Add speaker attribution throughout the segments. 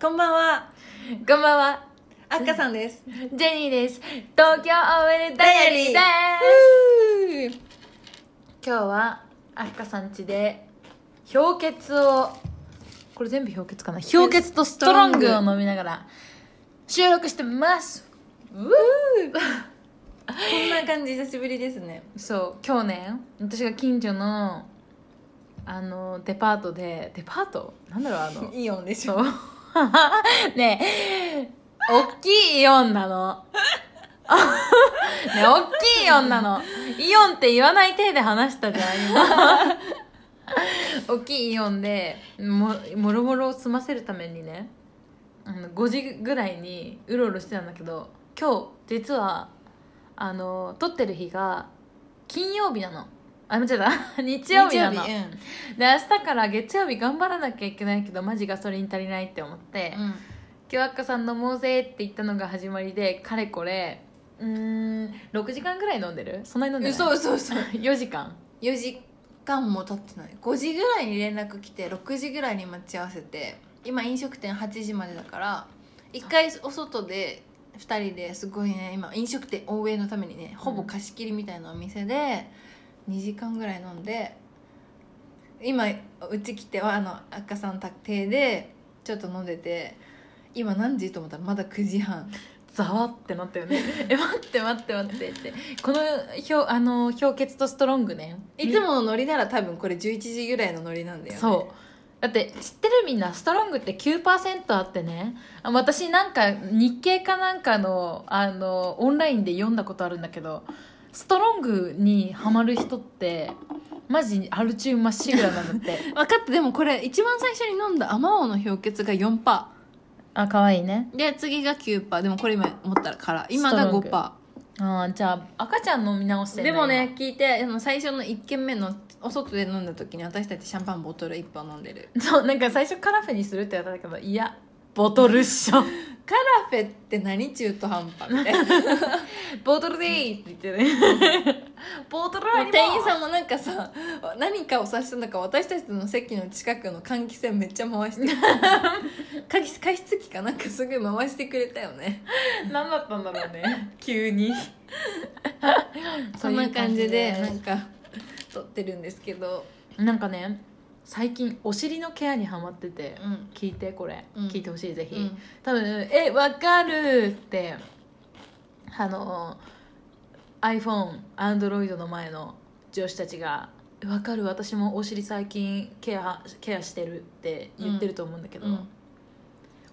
Speaker 1: こんばんは、
Speaker 2: こんばんは、
Speaker 1: あっかさんです。
Speaker 2: ジェニーです。東京 OL ダイアリーです。今日は、あひかさんちで、氷結を、これ全部氷結かな氷結とストロングを飲みながら、収録してます。
Speaker 1: こんな感じ久しぶりですね。
Speaker 2: そう、去年、私が近所の、あの、デパートで、デパートなんだろう、あの、
Speaker 1: イオンでし
Speaker 2: そ
Speaker 1: ょ。
Speaker 2: う。ねえ、大きいイオンなの。 ねえ、大きいイオンなの。イオンって言わない体で話したじ ゃん、今。大きいイオンで、も、もろもろを済ませるためにね、あの、5時ぐらいにうろうろしてたんだけど、今日、実は、あの、撮ってる日が、金曜日なの。あ、間違えた。 日曜日なの。
Speaker 1: 日曜
Speaker 2: で明日から月曜日頑張らなきゃいけないけどマジガソリン足りないって思って、
Speaker 1: うん。
Speaker 2: 今日アッカさん飲もうぜって言ったのが始まりでかれこれうーん6時間ぐらい飲んでるそんなに飲んでない
Speaker 1: 嘘嘘嘘。
Speaker 2: 4時間
Speaker 1: 4時間も経ってない。5時ぐらいに連絡来て、6時ぐらいに待ち合わせて、今飲食店8時までだから、一回お外で、2人ですごいね、今飲食店応援のためにね、ほぼ貸し切りみたいなお店で、2時間ぐらい飲んで、今うち来てはあの赤さん宅邸でちょっと飲んでて今何時と思ったらまだ9時半
Speaker 2: ざわってなったよねえ待って待って待ってってこのひょあの氷結とストロングね
Speaker 1: いつものノリなら多分これ11時ぐらいのノリなんだよね
Speaker 2: そうだって知ってるみんなストロングって9%あってねあ私なんか日経かなんかのあのオンラインで読んだことあるんだけどストロングにハマる人ってマジアルチューまっしぐらなんだって
Speaker 1: 分かったでもこれ一番最初に飲んだマオの氷結が4パ
Speaker 2: あ可愛いね
Speaker 1: ーで次が9パーでもこれ今持ったらから今
Speaker 2: ス
Speaker 1: が
Speaker 2: トロン
Speaker 1: 5
Speaker 2: グ
Speaker 1: パ
Speaker 2: あーじゃあ赤ちゃん飲み直し
Speaker 1: ー
Speaker 2: て
Speaker 1: でもね聞いてあの最初の1軒目のお外で飲んだ時に私たちシャンパンボトル1本飲んでる
Speaker 2: 今そうなんか最初カラフェにするってやったんだけどいやボトルっしょ
Speaker 1: カラフェって何中途半端みたい な
Speaker 2: ボトルでいいって言って ねボトルあります
Speaker 1: 店員さんもなんかさ何かを察したのか私たちの席の近くの換気扇めっちゃ回 してくれた加湿加湿器かなんかすごい回してくれたよね
Speaker 2: 何だったんだろうね 急に
Speaker 1: そんな感じでなんか撮ってるんですけど、
Speaker 2: なんかね最近お尻のケアにハマってて
Speaker 1: うん
Speaker 2: 聞いてこれ、
Speaker 1: うん
Speaker 2: 聞いてほしいぜひ、
Speaker 1: うん
Speaker 2: 多分「えわかる!」ってあの iPhone Android の前の女子たちが「わかる私もお尻最近ケアケアしてる」って言ってると思うんだけど、
Speaker 1: うん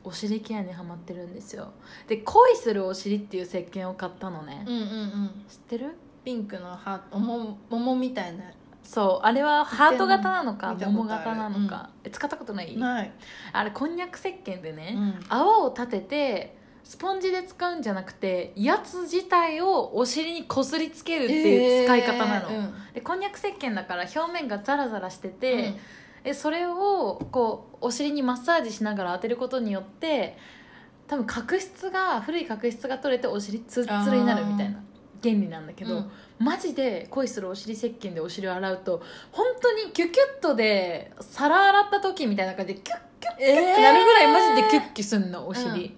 Speaker 2: お尻ケアにハマってるんですよで恋するお尻っていう石鹸を買ったのね、
Speaker 1: うんうんうん
Speaker 2: 知ってる
Speaker 1: ピンクのハート桃桃みたいな
Speaker 2: そうあれはハート型なのか
Speaker 1: 見たこと
Speaker 2: 桃
Speaker 1: ある
Speaker 2: 型なのか、え使ったことない、
Speaker 1: ない、
Speaker 2: あれこんにゃく石鹸で
Speaker 1: う
Speaker 2: ね、
Speaker 1: ん、
Speaker 2: 泡を立ててスポンジで使うんじゃなくてやつ自体をお尻にこすりつけるっていう使い方なの、
Speaker 1: えー
Speaker 2: でこんにゃく石鹸だから表面がザラザラして
Speaker 1: うん
Speaker 2: て、えそれをこうお尻にマッサージしながら当てることによって多分角質が古い角質が取れてお尻ツルツルになるみたいな原理なんだけど、
Speaker 1: うん
Speaker 2: マジで恋するお尻石鹸でお尻を洗うと本当にキュキュッとで皿洗った時みたいな感じでキュッキュッキュッってなるぐらいマジでキュッキュすんのお尻、
Speaker 1: うん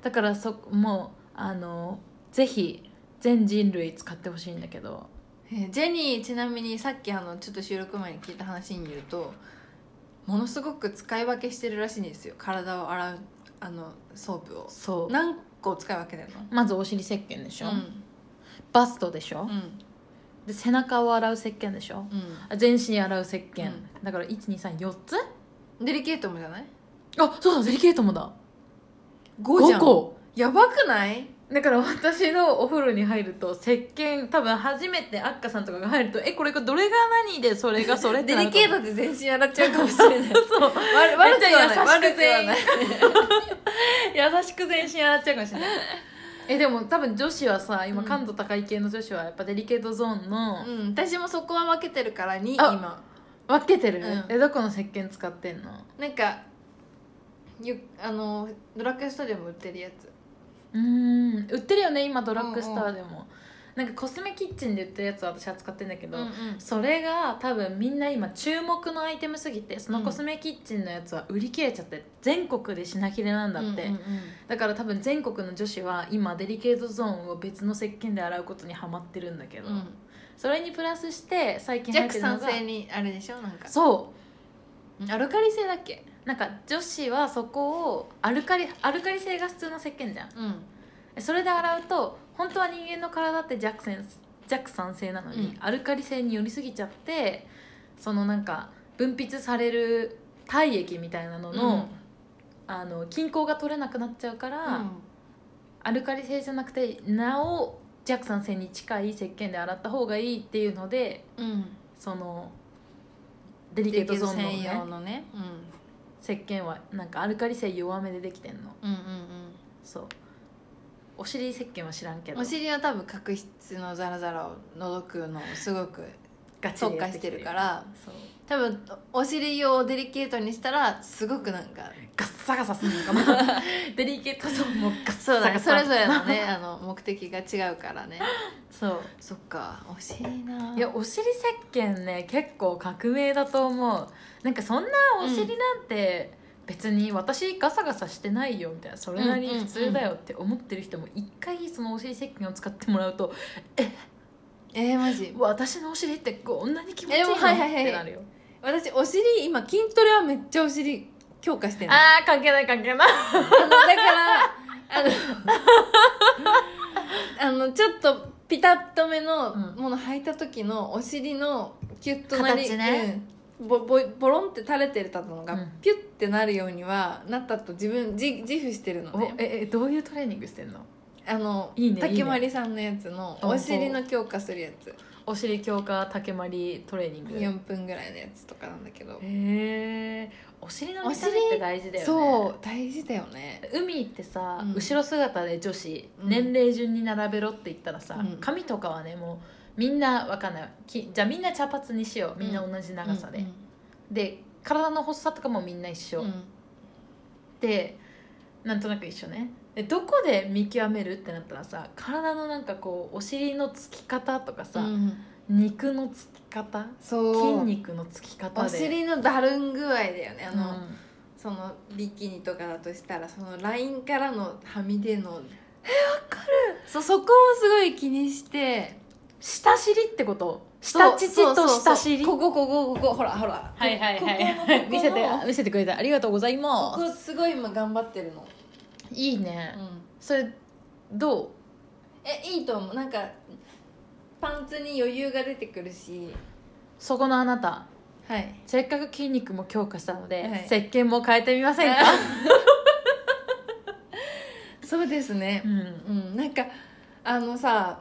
Speaker 2: だからそもうあのぜひ全人類使ってほしいんだけど
Speaker 1: えージェニーちなみにさっきあのちょっと収録前に聞いた話によるとものすごく使い分けしてるらしいんですよ体を洗うあのソープを
Speaker 2: そう
Speaker 1: 何個使い分けてるの
Speaker 2: まずお尻石鹸でしょ、
Speaker 1: うん
Speaker 2: バストでしょ、
Speaker 1: うん
Speaker 2: で背中を洗う石鹸でしょ
Speaker 1: う
Speaker 2: あ全身洗う石鹸、
Speaker 1: う
Speaker 2: だから1234つ
Speaker 1: んデリケートもじゃない
Speaker 2: あそうだデリケートもだ
Speaker 1: 5じゃ
Speaker 2: 5
Speaker 1: ん
Speaker 2: 個
Speaker 1: やばくない
Speaker 2: だから私のお風呂に入ると石鹸多分初めてアッカさんとかが入るとえこれがどれが何でそれがそれって
Speaker 1: デリ
Speaker 2: なると思
Speaker 1: ケー
Speaker 2: う
Speaker 1: トで全身洗っちゃうかもしれ ない
Speaker 2: そう
Speaker 1: 悪悪くはない
Speaker 2: め
Speaker 1: 悪
Speaker 2: っちゃ優しく
Speaker 1: くは
Speaker 2: 全員
Speaker 1: ない
Speaker 2: 優しく全身洗っちゃうかもしれないえでも多分女子はさ今
Speaker 1: うん
Speaker 2: 感度高い系の女子はやっぱデリケートゾーンの
Speaker 1: うん私もそこは分けてるからに
Speaker 2: あ
Speaker 1: 今
Speaker 2: 分けて
Speaker 1: う
Speaker 2: る、
Speaker 1: ん
Speaker 2: えどこの石鹸使ってんの
Speaker 1: なんかゆあのドラッグストアでも売ってるやつ
Speaker 2: うーん売ってるよね今ドラッグストアでも、なんかコスメキッチンで売ってるやつは私は使ってんだけど、
Speaker 1: うんうん
Speaker 2: それが多分みんな今注目のアイテムすぎてそのコスメキッチンのやつは売り切れちゃって全国で品切れなんだって、
Speaker 1: うんうんうん
Speaker 2: だから多分全国の女子は今デリケートゾーンを別の石鹸で洗うことにハマってるんだけど、
Speaker 1: うん
Speaker 2: それにプラスして最近流行っ
Speaker 1: 弱
Speaker 2: てるの
Speaker 1: 酸
Speaker 2: が
Speaker 1: 性にあれでしょなんか
Speaker 2: そう
Speaker 1: うんアルカリ性だっけ
Speaker 2: なんか女子はそこをアルカリアルカリ性が普通の石鹸じゃん
Speaker 1: うん
Speaker 2: それで洗うと本当は人間の体って弱酸弱酸性なのに、
Speaker 1: うん
Speaker 2: アルカリ性に寄りすぎちゃってそのなんか分泌される体液みたいなのの,、あの均衡が取れなくなっちゃうから、アルカリ性じゃなくてなお弱酸性に近い石鹸で洗った方がいいっていうので
Speaker 1: うんうん
Speaker 2: そのデリ
Speaker 1: リ
Speaker 2: ケ
Speaker 1: ケ
Speaker 2: ー
Speaker 1: ー
Speaker 2: ト
Speaker 1: ト
Speaker 2: ゾ
Speaker 1: ゾーン
Speaker 2: ーンの、
Speaker 1: 専用
Speaker 2: ね、
Speaker 1: のね
Speaker 2: 石鹸はなんかアルカリ性弱めでできてんの
Speaker 1: うんうんうん
Speaker 2: そうお尻石鹸は知らんけ
Speaker 1: うん
Speaker 2: ど
Speaker 1: お尻は多分角質のザラザラを除くのをすごく
Speaker 2: ガチで
Speaker 1: 特
Speaker 2: や
Speaker 1: 化
Speaker 2: っ
Speaker 1: して
Speaker 2: き
Speaker 1: てるから
Speaker 2: そう
Speaker 1: 多分お尻をデリケートにしたらすごくなんか
Speaker 2: ガッサガサするのか なデリケートゾーンもガッ
Speaker 1: そうだ
Speaker 2: サ
Speaker 1: か
Speaker 2: ガ
Speaker 1: ら
Speaker 2: サ
Speaker 1: それぞれのねあの目的が違うからね
Speaker 2: そ
Speaker 1: そっかお尻な
Speaker 2: ういやお尻石鹸ね結構革命だと思うなんかそんなお尻なんて、別に私ガサガサしてないよみたいなそれなり普通だよって思ってる人も一回そのお尻石鹸を使ってもらうと
Speaker 1: えー、マジ
Speaker 2: 私のお尻ってこんなに気持ちいいの
Speaker 1: え
Speaker 2: っ
Speaker 1: はいはいはい
Speaker 2: てなるよ
Speaker 1: 私お尻今筋トレはめっちゃお尻強化してるのあ
Speaker 2: あー関係ない関係ない
Speaker 1: のだからあの あのちょっとピタッとめの
Speaker 2: うん
Speaker 1: もの履いた時のお尻のキュッとなり、
Speaker 2: 形ね
Speaker 1: うんぼぼボロンって垂れてたのが、
Speaker 2: うん
Speaker 1: ピュッてなるようにはなったと自分自自負してるの
Speaker 2: お
Speaker 1: ね
Speaker 2: ええどういうトレーニングしてんの
Speaker 1: あの
Speaker 2: いいねいい
Speaker 1: 竹
Speaker 2: ね
Speaker 1: まりさんのやつの
Speaker 2: うん
Speaker 1: お尻の強化するやつ
Speaker 2: お尻強化竹まりトレーニングへ
Speaker 1: 4分ぐらいのやつとかなんだけど、
Speaker 2: えお尻の見た目
Speaker 1: お
Speaker 2: っ
Speaker 1: 尻
Speaker 2: て大事だよね
Speaker 1: そう大事だよね
Speaker 2: 海ってさ、
Speaker 1: うん
Speaker 2: 後ろ姿で女子
Speaker 1: うん
Speaker 2: 年齢順に並べろって言ったらさ、
Speaker 1: うん
Speaker 2: 髪とかはねもうみんなわかんないきじゃあみんな茶髪にしようみんな同じ長さで、
Speaker 1: うん
Speaker 2: で体の発作とかもみんな一緒、
Speaker 1: うん
Speaker 2: でなんとなく一緒ねでどこで見極めるってなったらさ体のなんかこうお尻のつき方とかさ、
Speaker 1: うん
Speaker 2: 肉のつき方
Speaker 1: そう
Speaker 2: 筋肉のつき方で
Speaker 1: お尻のだるん具合だよねあの、
Speaker 2: うん
Speaker 1: そのビキニとかだとしたらそのラインからのはみ出のえわかるそうそこをすごい気にして
Speaker 2: 下尻ってこと下乳と下尻
Speaker 1: そうそうそうここここここほらほら
Speaker 2: はいはい
Speaker 1: こ
Speaker 2: は
Speaker 1: この
Speaker 2: い見せて
Speaker 1: ここの
Speaker 2: 見せてくれてありがとうございま
Speaker 1: ここすごい今頑張ってるの、
Speaker 2: すいいねそれどう
Speaker 1: えいいと思うなんかパンツに余裕が出てくるし
Speaker 2: そこのあなた
Speaker 1: はい
Speaker 2: せっかく筋肉も強化したので、
Speaker 1: はい
Speaker 2: 石鹸も変えてみませんか、
Speaker 1: そうですね
Speaker 2: うん
Speaker 1: うんなんかあのさ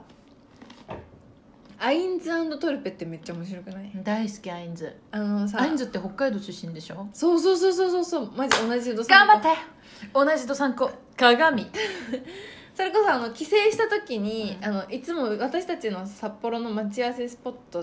Speaker 1: アインズトルペってめっちゃ面白くない
Speaker 2: 大好きアインズ
Speaker 1: あのさ
Speaker 2: アインズって北海道出身でしょ
Speaker 1: そうそうそうそうそうそうマジ同じ土産
Speaker 2: 頑張って同じと参考鏡
Speaker 1: それこそあの帰省した時に、
Speaker 2: うん
Speaker 1: あのいつも私たちの札幌の待ち合わせスポット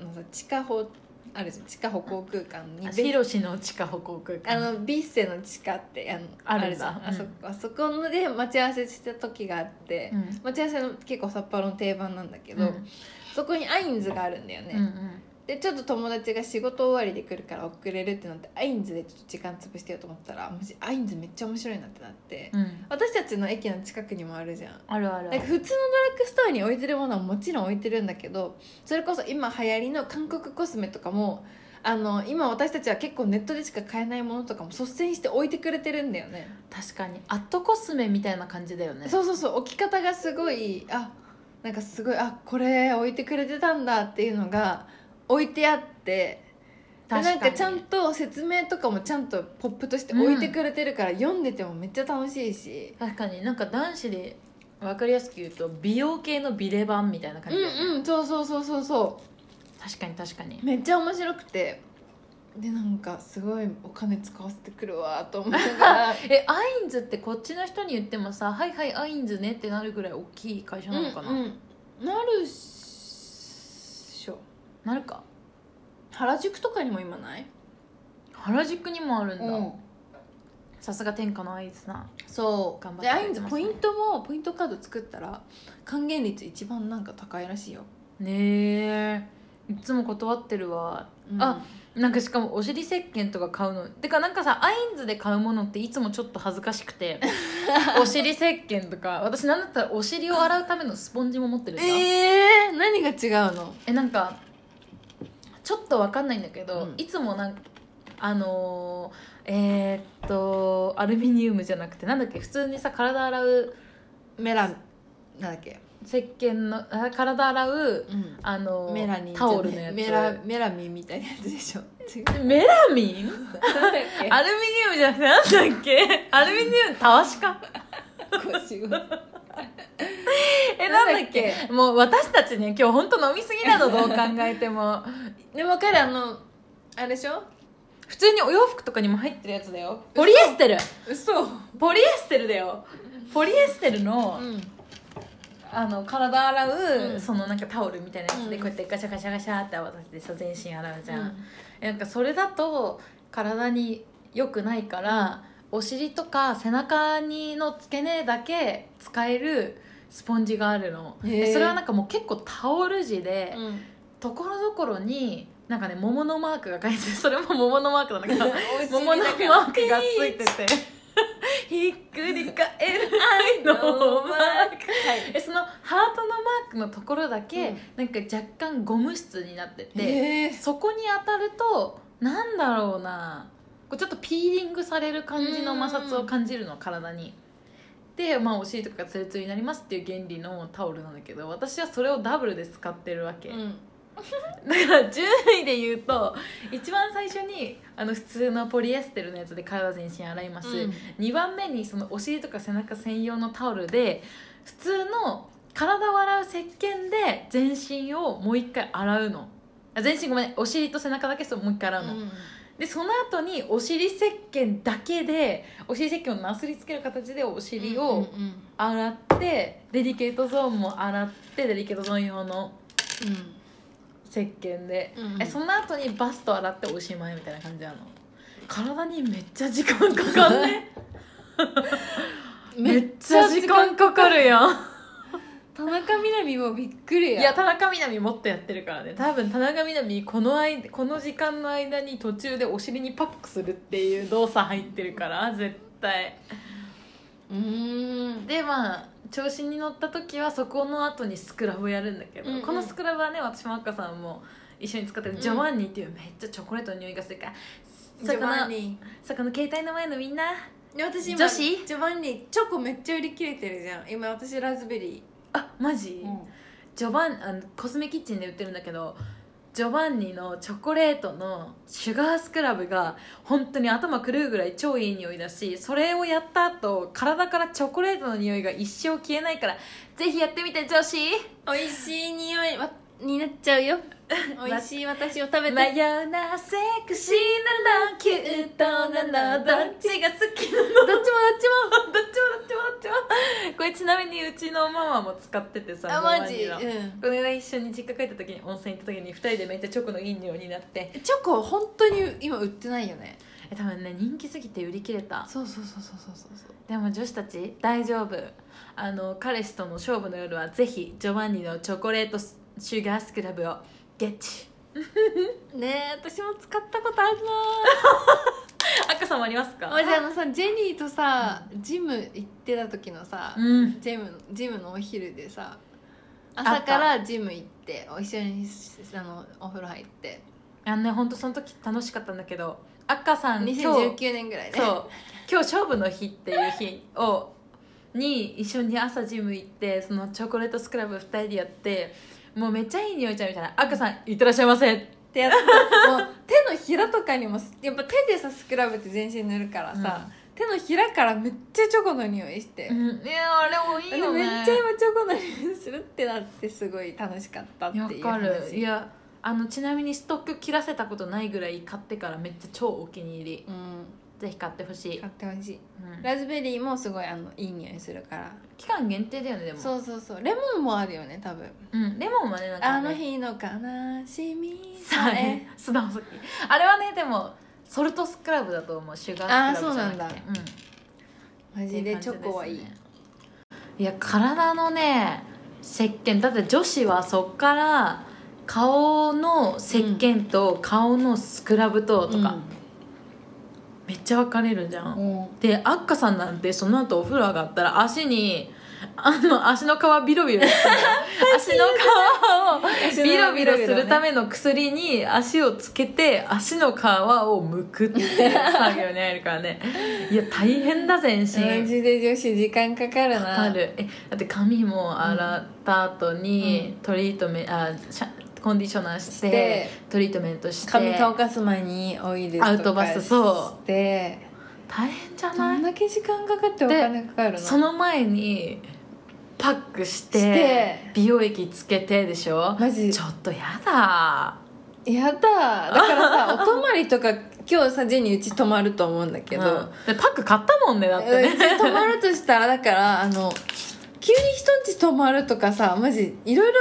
Speaker 1: のさ地下歩あるじゃん地下歩行空間に
Speaker 2: ヒロシの地下歩行空
Speaker 1: あ
Speaker 2: 間
Speaker 1: のビッセの地下ってあの
Speaker 2: あるんだ
Speaker 1: じゃんあそ
Speaker 2: うん
Speaker 1: あそこので待ち合わせした時があって、
Speaker 2: うん
Speaker 1: 待ち合わせの結構札幌の定番なんだけ
Speaker 2: う
Speaker 1: ど、
Speaker 2: ん
Speaker 1: そこにアインズがあるんだよね、
Speaker 2: うんうん
Speaker 1: でちょっと友達が仕事終わりで来るから遅れるってなってアインズでちょっと時間潰してようと思ったらもしアインズめっちゃ面白いなってなって、
Speaker 2: うん
Speaker 1: 私たちの駅の近くにもあるじゃん
Speaker 2: あるあるあ
Speaker 1: なん
Speaker 2: る
Speaker 1: か普通のドラッグストアに置いてるものはもちろん置いてるんだけどそれこそ今流行りの韓国コスメとかもあの今私たちは結構ネットでしか買えないものとかも率先して置いてくれてるんだよね
Speaker 2: 確かにアットコスメみたいな感じだよね
Speaker 1: そうそうそう置き方がすごいあなんかすごいあこれ置いてくれてたんだっていうのが置いてあってで
Speaker 2: 確
Speaker 1: なん
Speaker 2: か
Speaker 1: か
Speaker 2: に
Speaker 1: ちゃんと説明とかもちゃんとポップとして置いてくれてるから、読んでてもめっちゃ楽しいし
Speaker 2: 確かになんか男子で分かりやすく言うと美容系のビレ版みたいな感じだよね
Speaker 1: うんうんそうそうそうそうそう
Speaker 2: 確かに確かに
Speaker 1: めっちゃ面白くてでなんかすごいお金使わせてくるわと思いながら
Speaker 2: えアインズってこっちの人に言ってもさ「はいはいアインズね」ってなるぐらい大きい会 社なのかな、
Speaker 1: うんうんなるっしょ
Speaker 2: なるか
Speaker 1: 原宿とかにも今ない
Speaker 2: 原宿にもあるんだ、
Speaker 1: うん
Speaker 2: さすが天下のアイズな
Speaker 1: そう
Speaker 2: 頑張って
Speaker 1: でアインズ
Speaker 2: くれてます
Speaker 1: ポ
Speaker 2: ね
Speaker 1: イントもポイントカード作ったら還元率一番なんか高いらしいよ、
Speaker 2: ねえいつも断ってるわ
Speaker 1: うん
Speaker 2: あなんかしかもお尻石鹸とか買うのてかなんかさアインズで買うものっていつもちょっと恥ずかし くてお尻石鹸とか私なんだったらお尻を洗うためのスポンジも持ってるじゃんえ
Speaker 1: えー、何が違うの
Speaker 2: なんかちょっとわかんないんだけど、
Speaker 1: うん
Speaker 2: いつもなんかあのー、えー、っとアルミニウムじゃなくてなんだっけ普通にさ体洗う
Speaker 1: メラなんだっけ、
Speaker 2: 石鹸のあ体洗う
Speaker 1: うん、
Speaker 2: あのー
Speaker 1: メラニンじゃ
Speaker 2: タ
Speaker 1: ない
Speaker 2: オルのやつ
Speaker 1: メラメラミンみたいなやつで しょ違う
Speaker 2: メラミン
Speaker 1: なんだっけ
Speaker 2: アルミニウムじゃなくてなんだっけアルミニウムたわしか
Speaker 1: 腰を
Speaker 2: え
Speaker 1: な
Speaker 2: なんん
Speaker 1: だ
Speaker 2: だ
Speaker 1: っ
Speaker 2: っ
Speaker 1: け
Speaker 2: けもう私たちね今日本当飲みすぎなのどう考えても
Speaker 1: でも彼あのあれでしょ
Speaker 2: 普通にお洋服とかにも入ってるやつだよポリエステル
Speaker 1: 嘘うん
Speaker 2: ポリエステルだよポリエステルの,、あの体洗う、
Speaker 1: うん
Speaker 2: そのなんかタオルみたいなやつで
Speaker 1: うん
Speaker 2: こうやってガシャガシャガシャって泡立ててさ全身洗うじゃん、
Speaker 1: うん
Speaker 2: えなんかそれだと体に良くないから、お尻とか背中にの付け根だけ使えるスポンジがあるの
Speaker 1: へー
Speaker 2: でそれはなんかもう結構タオル地で、
Speaker 1: うん
Speaker 2: ところどころになんかね桃のマークが書いて てそれも桃のマークなんだけど
Speaker 1: お尻だ
Speaker 2: 桃のマ
Speaker 1: け
Speaker 2: ークがついててひっくり返る愛の
Speaker 1: ノー
Speaker 2: マ
Speaker 1: マ
Speaker 2: ー
Speaker 1: ー
Speaker 2: ク
Speaker 1: クはい
Speaker 2: えそのハートのマークのところだけ、
Speaker 1: うん
Speaker 2: なんか若干ゴム質になってて、
Speaker 1: え
Speaker 2: そこに当たるとなんだろうなこうちょっとピーリングされる感じの摩擦を感じるの体に。で、まあ、お尻とかがツルツルになりますっていう原理のタオルなんだけど私はそれをダブルで使ってるわけ、
Speaker 1: ーうん
Speaker 2: だから順位で言うと一番最初にあの普通のポリエステルのやつで体全身洗います、
Speaker 1: うん
Speaker 2: 2番目にそのお尻とか背中専用のタオルで普通の体を洗う石鹸で全身をもう一回洗うのあ全身ごめんお尻と背中だけそうもう一回洗うの、
Speaker 1: うん
Speaker 2: でその後にお尻石鹸だけでお尻石鹸をなすりつける形でお尻を、
Speaker 1: うんうんうん
Speaker 2: 洗ってデリケートゾーンも洗ってデリケートゾーン用の石鹸で、
Speaker 1: うんうん
Speaker 2: えその後にバスト洗っておしまいみたいな感じなの体にめっちゃ時間かかんね
Speaker 1: うん
Speaker 2: めっちゃ時間かかるやん
Speaker 1: 田中みな実もびっくり
Speaker 2: い
Speaker 1: や
Speaker 2: や田中みな実もっとやってるからね多分田中みな実この間この時間の間に途中でお尻にパックするっていう動作入ってるから絶対
Speaker 1: うーん
Speaker 2: でまあ調子に乗った時はそこの後にスクラブやるんだけど、
Speaker 1: うんうん
Speaker 2: このスクラブはね私も赤さんも一緒に使ってるジョバンニっていうめっちゃチョコレートの匂いがするから、
Speaker 1: ジョバ
Speaker 2: 魚
Speaker 1: ンニ
Speaker 2: 魚携帯の前のみんな
Speaker 1: で私今
Speaker 2: 女子
Speaker 1: ジョバンニチョコめっちゃ売り切れてるじゃん今私ラズベリ
Speaker 2: あマジ
Speaker 1: ー、、
Speaker 2: ジョバンあのコスメキッチンで売ってるんだけどジョバンニのチョコレートのシュガースクラブが本当に頭狂うぐらい超いい匂いだしそれをやった後体からチョコレートの匂いが一生消えないからぜひやってみて女子
Speaker 1: 美味しい匂いわになっちゃうよ 美味しい私を食べ
Speaker 2: 真
Speaker 1: て
Speaker 2: 夜なセクシーなのキュートなの どっちが好きなの
Speaker 1: どっちもどっちも
Speaker 2: どっちもどっちもどっちもこれちなみにうちのママも使っててさ
Speaker 1: あマジ、
Speaker 2: ジョバンニの
Speaker 1: う
Speaker 2: これが一緒に実家帰った時に温泉行った時に2人でめっちゃチョコのいい匂いになって
Speaker 1: ん、チョコ本当に今売ってないよね
Speaker 2: え多分ね人気すぎて売り切れた
Speaker 1: そうそうそうそうそうそう
Speaker 2: でも女子たち大丈夫あの彼氏との勝負の夜はぜひジョバンニのチョコレートスシュガースクラブをゲッチ
Speaker 1: そうねえ私も使ったことある
Speaker 2: 赤さんもありますか
Speaker 1: な私あのさジェニーとさジム行ってた時のさ、
Speaker 2: うん
Speaker 1: ジムジムのお昼でさ
Speaker 2: った
Speaker 1: 朝からジム行ってお一緒にあのお風呂入って
Speaker 2: あのね本当その時楽しかったんだけど赤さん今日
Speaker 1: 2019年ぐらいね
Speaker 2: そう今日勝負の日っていう日をに一緒に朝ジム行ってそのチョコレートスクラブ2人でやってもうめっちゃいい匂いちゃうみたいな「赤さんいってらっしゃいませ」
Speaker 1: ってやつもう手のひらとかにもやっぱ手でさスクラブって全身塗るからさ、手のひらからめっちゃチョコの匂いして、
Speaker 2: うん、いやあれもいい
Speaker 1: で
Speaker 2: よ
Speaker 1: め
Speaker 2: ね
Speaker 1: っちゃ今チョコの匂いするってなってすごい楽しかったっていう
Speaker 2: わか
Speaker 1: 話
Speaker 2: るいやあのちなみにストック切らせたことないぐらい買ってからめっちゃ超お気に入り
Speaker 1: うん
Speaker 2: ぜひ買ってほしい、
Speaker 1: 買ってほしい
Speaker 2: うん、
Speaker 1: ラズベリーもすごいあのいい匂いするから
Speaker 2: 期間限定だよねでもう、
Speaker 1: そうそうそうレモンもあるよね多分
Speaker 2: ん、レモンはねなんかね
Speaker 1: あの日の悲しみ
Speaker 2: さ
Speaker 1: さえ
Speaker 2: え素直すぎあれはねでもソルトスクラブだと思うシュガースクラブじゃなくて
Speaker 1: あーそうなんだ
Speaker 2: うん
Speaker 1: マジでチョコはいい
Speaker 2: いや体のね石鹸だって女子はそっから顔の石鹸と顔のスクラブととか、めっちゃ分かれるじゃん、
Speaker 1: うん
Speaker 2: でアッカさんなんてその後お風呂上がったら足にあの足の皮ビロビロして 足の皮を ビロビロするための薬に足をつけて足の皮をむくっていう作業に入るからねいや大変だ全身
Speaker 1: マジで女子時間かかるな
Speaker 2: わかるえだって髪も洗った後にトリートメント、あシャコンディショナーして
Speaker 1: して
Speaker 2: トリートメントして
Speaker 1: 髪乾かす前にオイルとか
Speaker 2: アウトバスそう
Speaker 1: で
Speaker 2: 大変じゃ
Speaker 1: ど
Speaker 2: ない
Speaker 1: んだけ時間かかってお金かかるの
Speaker 2: その前にパックして
Speaker 1: して
Speaker 2: 美容液つけてでしょ
Speaker 1: マジ
Speaker 2: ちょっとやだ
Speaker 1: やだだからさお泊まりとか今日さジェニーうち泊まると思うんだけど、
Speaker 2: うんでパック買ったもんねだってね、
Speaker 1: うち泊まるとしたらだからあの急に人んち泊まるとかさマジいろいろ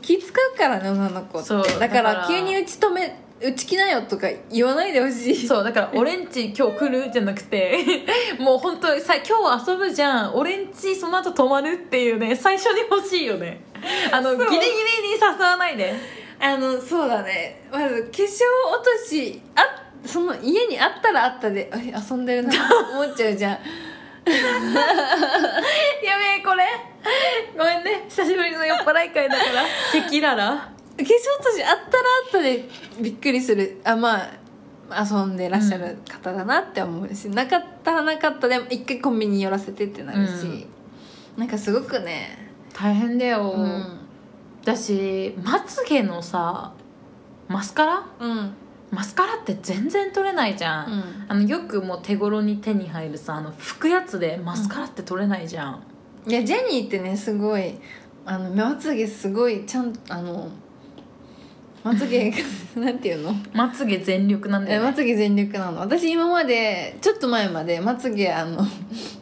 Speaker 1: 気使うからね女の子って
Speaker 2: そう
Speaker 1: だか
Speaker 2: だから
Speaker 1: ら急にうち泊めうち来なよとか言わないでほしい
Speaker 2: そうだから「俺んち今日来る?」じゃなくて もう本当にさ今日遊ぶじゃん俺んちその後泊まるっていうね最初に欲しいよねあのギ
Speaker 1: そう
Speaker 2: リギリに誘わ ないで
Speaker 1: あのそうだねまず化粧落としあその家にあったらあったであれ遊んでるなって思っちゃうじゃん
Speaker 2: やべえこれ ごめんね久しぶりの酔っ払い会だ から赤裸々
Speaker 1: 化粧落としあったらあったでびっくりするあまあ遊んでらっしゃる方だなって思うし、なかったらなかったでも一回コンビニ寄らせてってなるし、なんかすごくね
Speaker 2: 大変だよ、
Speaker 1: うん、
Speaker 2: だしまつげのさマスカラ
Speaker 1: うんうん
Speaker 2: マスカラって全然取れないじゃん、あのよくもう手頃に手に入るさあの拭くやつでマスカラって取れないじゃん、
Speaker 1: いやジェニーってねすごいあのまつげすごいちゃんあのまつげが なんていうの
Speaker 2: まつげ全力なんだ
Speaker 1: え
Speaker 2: よ、ね、
Speaker 1: まつげ全力なの私今までちょっと前までまつげあの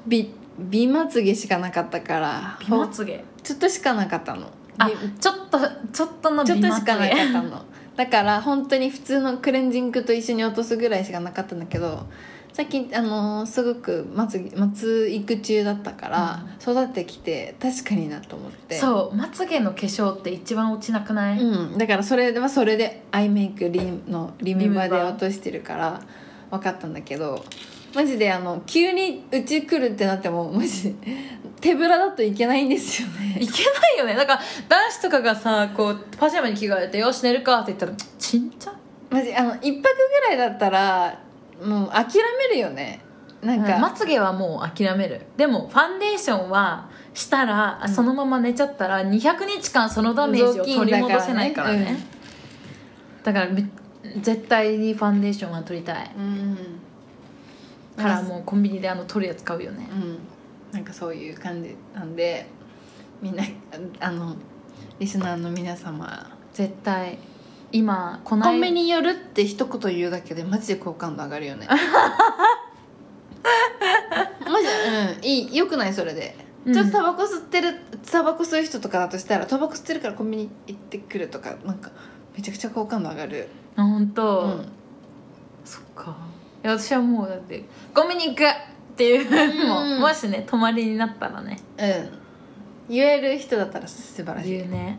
Speaker 1: 美美まつげしかなかったから
Speaker 2: 美まつげ
Speaker 1: ちょっとしかなかったの
Speaker 2: あ
Speaker 1: び
Speaker 2: ちょっとちょっとの
Speaker 1: ちょっ
Speaker 2: 美
Speaker 1: と
Speaker 2: ま
Speaker 1: し
Speaker 2: つ
Speaker 1: かなかっ
Speaker 2: げ
Speaker 1: たのだから本当に普通のクレンジングと一緒に落とすぐらいしかなかったんだけど最近あのーすごくまつげまつ育中だったから育ってきて確かになと思って
Speaker 2: そうまつげの化粧って一番落ちなくない、
Speaker 1: うん、だからそれはそれでアイメイクリンのリメンバーで
Speaker 2: リメンバー
Speaker 1: 落としてるから分かったんだけどマジであの急にうち来るってなってもマジ手ぶらだといけないんですよね
Speaker 2: いけないよねだから男子とかがさこうパジャマに着替えて「よし寝るか」って言ったら「ちんちゃ
Speaker 1: マジあの一泊ぐらいだったらもう諦めるよねなんか、
Speaker 2: うんまつげはもう諦めるでもファンデーションはしたら、あそのまま寝ちゃったら200日間そのダメージを取り戻せないからねだからめ絶対にファンデーションは取りたい
Speaker 1: うん
Speaker 2: からもうコンビニであの取るやつ買うよね
Speaker 1: うん、なんかそういう感じなんでみんなあのリスナーの皆様
Speaker 2: 絶対今この
Speaker 1: コンビニ寄るって一言言うだけでマジで好感度上がるよ ねマジうんいいよくないそれで、
Speaker 2: うん
Speaker 1: ちょっとタバコ吸ってるタバコ吸う人とかだとしたらタバコ吸ってるからコンビニ行ってくるとかなんかめちゃくちゃ好感度上がる
Speaker 2: あ本当、
Speaker 1: うん
Speaker 2: そっかいや私はもうだってコンビニ行くっていう、
Speaker 1: うん
Speaker 2: もうもしね泊まりになったらね
Speaker 1: うん言える人だったら素晴らしい
Speaker 2: 言うね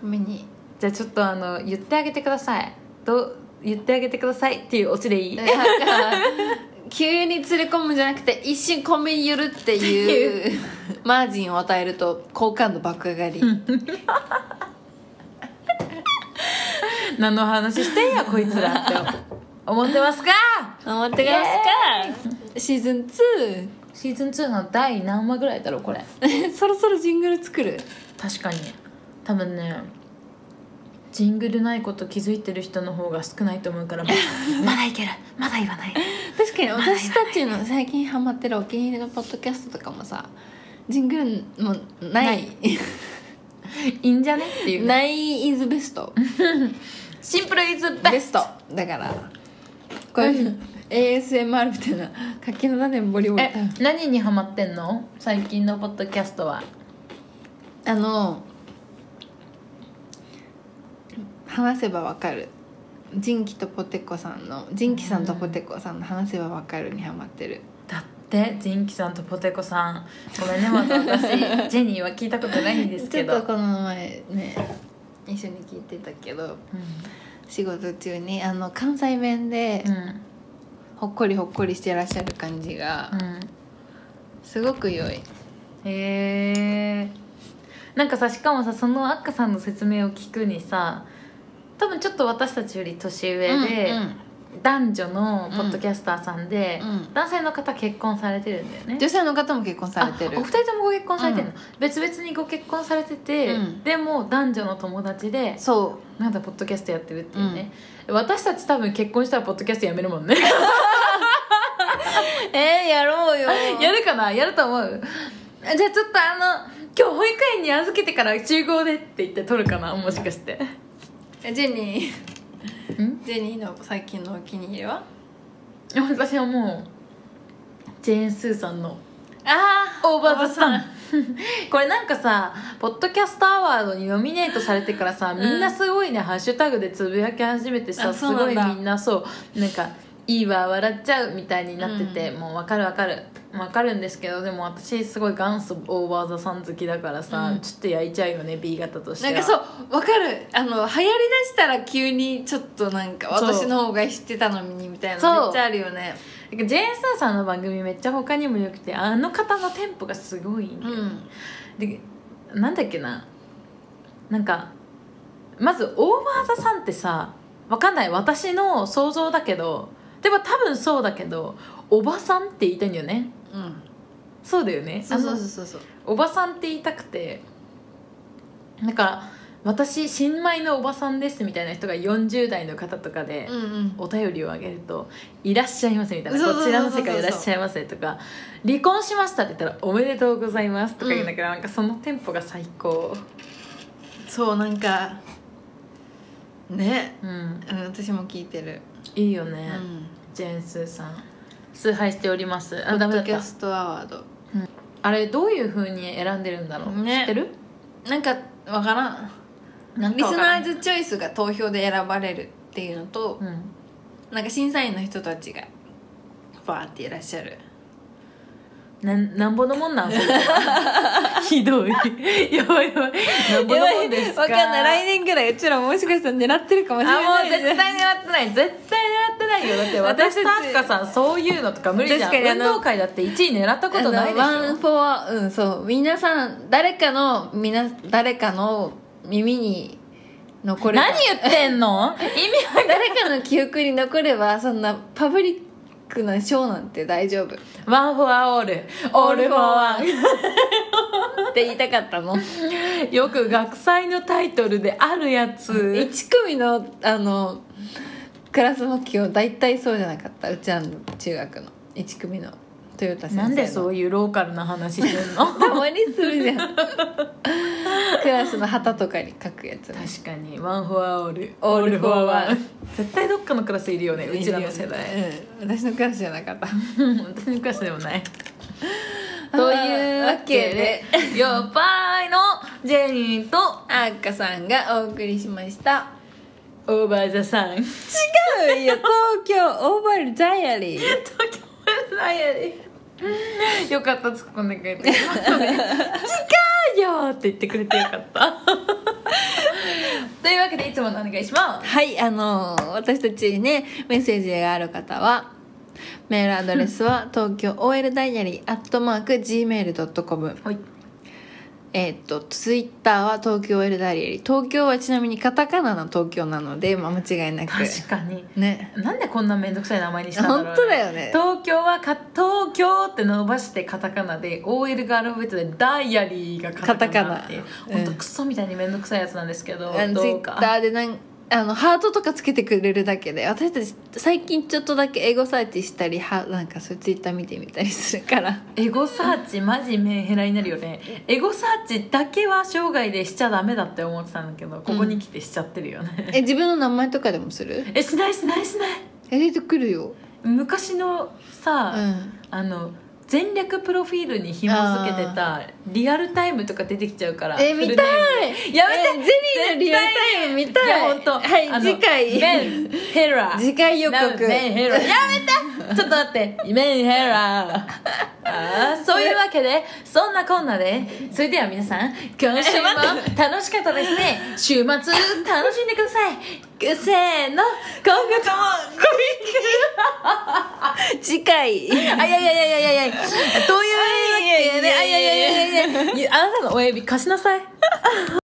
Speaker 1: コンビニ
Speaker 2: じゃあちょっとあの言ってあげてくださいどう言ってあげてくださいっていうオチでいい、
Speaker 1: なんか急に連れ込むんじゃなくて一瞬コンビニ寄るっていうマージンを与えると好感度爆上がり、
Speaker 2: 何の話してんやこいつらって思ってますか
Speaker 1: 思ってくださいシーズン
Speaker 2: シーズン2の第何話ぐらいだろうこれ
Speaker 1: 2 そろそろジングル作る
Speaker 2: 確かに多分ねジングルないこと気づいてる人の方が少ないと思うからま まだいけるまだ言わない
Speaker 1: 確かに私たちの最近ハマってるお気に入りのポッドキャストとかもさジングルもない
Speaker 2: いいんじゃねってい う、
Speaker 1: ないイズベスト
Speaker 2: シンプルイズ
Speaker 1: ベ
Speaker 2: ベ
Speaker 1: ストだからこういう ASMR みたいな柿の種ボリボリ
Speaker 2: え何にハマってんの最近のポッドキャストは
Speaker 1: あの話せばわかるジンキとポテコさんのジンキさんとポテコさんの話せばわかるにハマってる
Speaker 2: だでジンキさんとポテコさんごめんねまた私 ジェニーは聞いたことないんです
Speaker 1: ちょ
Speaker 2: け
Speaker 1: っ
Speaker 2: ど
Speaker 1: とこの前ね一緒に聞いてたけど仕事中にあの関西弁で
Speaker 2: うんうん
Speaker 1: ほっこりほっこりしてらっしゃる感じが
Speaker 2: うん
Speaker 1: すごく良い
Speaker 2: へえなんかさしかもさそのアッカさんの説明を聞くにさ多分ちょっと私たちより年上で、
Speaker 1: うん
Speaker 2: 男女のポッドキャスターさんで、
Speaker 1: うんうん
Speaker 2: 男性の方結婚されてるんだよね
Speaker 1: 女性の方も結婚されてる
Speaker 2: あお二人ともご結婚されてるの、別々にご結婚されてて、
Speaker 1: うん
Speaker 2: でも男女の友達で
Speaker 1: そ
Speaker 2: なんだポッドキャストやってるっていうね、私たち多分結婚したらポッドキャストやめるもんね
Speaker 1: うえー、 やろうよ
Speaker 2: やるかなやると思うあじゃあちょっとあの今日保育園に預けてから集合でって言って撮るかなもしかして
Speaker 1: ジェニー
Speaker 2: ん
Speaker 1: ジェニーの最近のお気に入りは
Speaker 2: 私はもうジェーン・スーさんの
Speaker 1: あ
Speaker 2: オーバーザさん これなんかさポッドキャストアワードにノミネートされてからさ、
Speaker 1: ん
Speaker 2: みんなすごいねハッシュタグでつぶやき始めてさ
Speaker 1: あ
Speaker 2: す
Speaker 1: そう
Speaker 2: ご
Speaker 1: なん
Speaker 2: い
Speaker 1: だ
Speaker 2: みんなそうなんかいいわ笑っちゃうみたいになってて、
Speaker 1: う
Speaker 2: もうわかるわかるわかるんですけどでも私すごい元祖オーバーザさん好きだからさ、
Speaker 1: うん
Speaker 2: ちょっと焼いちゃうよね B 型として
Speaker 1: な
Speaker 2: は
Speaker 1: んかそうわかるあの流行りだしたら急にちょっとなんか
Speaker 2: そう
Speaker 1: 私の方が知ってたのにみたい
Speaker 2: そう
Speaker 1: なめっちゃあるよね
Speaker 2: なんかジェーン・スーさんの番組めっちゃ他にもよくてあの方のテンポがすごいんだよね
Speaker 1: ん
Speaker 2: でなんだっけななんかまずオーバー・ザ・さんってさわかんない私の想像だけどでも多分そうだけどおばさんって言いたいんだよね
Speaker 1: うん
Speaker 2: そうだよね
Speaker 1: そうそう
Speaker 2: あの
Speaker 1: そうそう
Speaker 2: おばさんって言いたくてだから私新米のおばさんですみたいな人が40代の方とかで、
Speaker 1: うんうん
Speaker 2: お便りをあげると「いらっしゃいませ」みたいな「
Speaker 1: そうそうそ
Speaker 2: こ
Speaker 1: うそう
Speaker 2: ちらの世界いらっしゃいませ」とか「離婚しました」って言ったら「おめでとうございます」とか言うんだけど、なんかそのテンポが最高
Speaker 1: そうなんかね
Speaker 2: うん
Speaker 1: うん私も聞いてる
Speaker 2: いいよ
Speaker 1: う
Speaker 2: ね、
Speaker 1: ん
Speaker 2: ジェーン・スーさん崇拝しております
Speaker 1: ポ
Speaker 2: あダ
Speaker 1: ッ
Speaker 2: メだ
Speaker 1: ド
Speaker 2: っ
Speaker 1: キャ
Speaker 2: た
Speaker 1: ストアワード
Speaker 2: あれどういうふうに選んでるんだろう、
Speaker 1: ね
Speaker 2: 知ってる
Speaker 1: なんかわからん
Speaker 2: なん
Speaker 1: リ
Speaker 2: かわ
Speaker 1: ス
Speaker 2: から
Speaker 1: ナ
Speaker 2: ん
Speaker 1: ーズチョイスが投票で選ばれるっていうのと、
Speaker 2: うん
Speaker 1: なんか審査員の人たちがバーっていらっしゃる
Speaker 2: なんなんぼのもんなんそれ ひどいやばいやばいなんぼのもんですか
Speaker 1: わかんない来年ぐらいうちらもしかしたら狙ってるかもしれ
Speaker 2: あ
Speaker 1: な
Speaker 2: もう
Speaker 1: い
Speaker 2: 絶対狙ってない絶対狙ってないよだって私とア
Speaker 1: 私た
Speaker 2: スカ
Speaker 1: ち
Speaker 2: さんそういうのとか無理じゃん
Speaker 1: 確かにあ
Speaker 2: 運
Speaker 1: の
Speaker 2: 動会だって1位狙ったことないでし
Speaker 1: あのワン
Speaker 2: ょ
Speaker 1: フォアうんそう皆さん誰かの皆誰かの耳に残れば
Speaker 2: 何言ってんの意味わかんない
Speaker 1: 誰かの記憶に残ればそんなパブリックな賞なんて大丈 夫っ
Speaker 2: ワンフォアオールオールフォアワン
Speaker 1: て言いたか ったの
Speaker 2: よく学祭のタイトルであるやつ
Speaker 1: 1組のあのクラス目標大体そうじゃなかったうちらの中学の1組の豊田先生の
Speaker 2: なんでそういうローカルな話すんの
Speaker 1: たまにするじゃんクラスの旗とかに書くやつね
Speaker 2: 確かにワンフォアオール
Speaker 1: オールフォアワン
Speaker 2: 絶対どっかのクラスいるよねうちらの世代、
Speaker 1: うん、私のクラスじゃなかった
Speaker 2: 私のクラスでもない というわけ
Speaker 1: あ
Speaker 2: で「よっぱいのジェニーと
Speaker 1: あっかさんがお送りしました
Speaker 2: オーバー・ザ・サン」
Speaker 1: 違うよ東京オーバルダイアリー
Speaker 2: 東京ダイアリーよかったつっこんでく れて「違うよ!」って言ってくれてよかったというわけでいつものお願いします
Speaker 1: はい、あのー私たちにね、メッセージがある方は、メールアドレスは、東京 OL ダイアリーアットマーク Gmail.com。
Speaker 2: はい
Speaker 1: えっ、と、ツイッターは東京 OL ダイアリー。東京はちなみにカタカナの東京なので、まあ、間違いなく。
Speaker 2: 確かに
Speaker 1: ね。
Speaker 2: なんでこんな面倒くさい名前にしたんだろう、
Speaker 1: 本当だよね。
Speaker 2: 東京はか東京って伸ばしてカタカナで OL がアルファベットでダイアリーがカタカナっていう
Speaker 1: カタカナ
Speaker 2: 本当
Speaker 1: うん
Speaker 2: クソみたいに面倒くさいやつなんですけど、
Speaker 1: あのツイ
Speaker 2: ど
Speaker 1: ッ
Speaker 2: う
Speaker 1: タ
Speaker 2: か
Speaker 1: ーでなんあのハートとかつけてくれるだけで私たち最近ちょっとだけエゴサーチしたりはなんかそういうツイッター見てみたりするから
Speaker 2: エゴサーチマジメンヘラになるよねエゴサーチだけは生涯でしちゃダメだって思ってたんだけどここに来てしちゃってるよね、
Speaker 1: え自分の名前とかでもする
Speaker 2: えしないしないしない
Speaker 1: え出てくるよ
Speaker 2: 昔の
Speaker 1: う
Speaker 2: さ、
Speaker 1: ん
Speaker 2: あの全略プロフィールに紐付けてたリアルタイムとか出てきちゃうから
Speaker 1: え
Speaker 2: フルネ
Speaker 1: 見
Speaker 2: ーム
Speaker 1: たい
Speaker 2: やめて
Speaker 1: えゼリーのリアルタイム見たい
Speaker 2: いや本当あ
Speaker 1: は
Speaker 2: の
Speaker 1: い次回
Speaker 2: メンヘラ
Speaker 1: 次回予
Speaker 2: な
Speaker 1: 告
Speaker 2: メンヘラやめてちょっと待ってメンヘラわけでそんなこんなでそれでは皆さん今 週も楽しかったですね週末楽しんでくださいくせーの今後ともご
Speaker 1: 次回
Speaker 2: あいやいやいやいやいやいやというわけであ
Speaker 1: あ
Speaker 2: い
Speaker 1: い
Speaker 2: や
Speaker 1: やい
Speaker 2: いや
Speaker 1: やいや
Speaker 2: いやい
Speaker 1: い
Speaker 2: やいやあなたの親指貸しなさい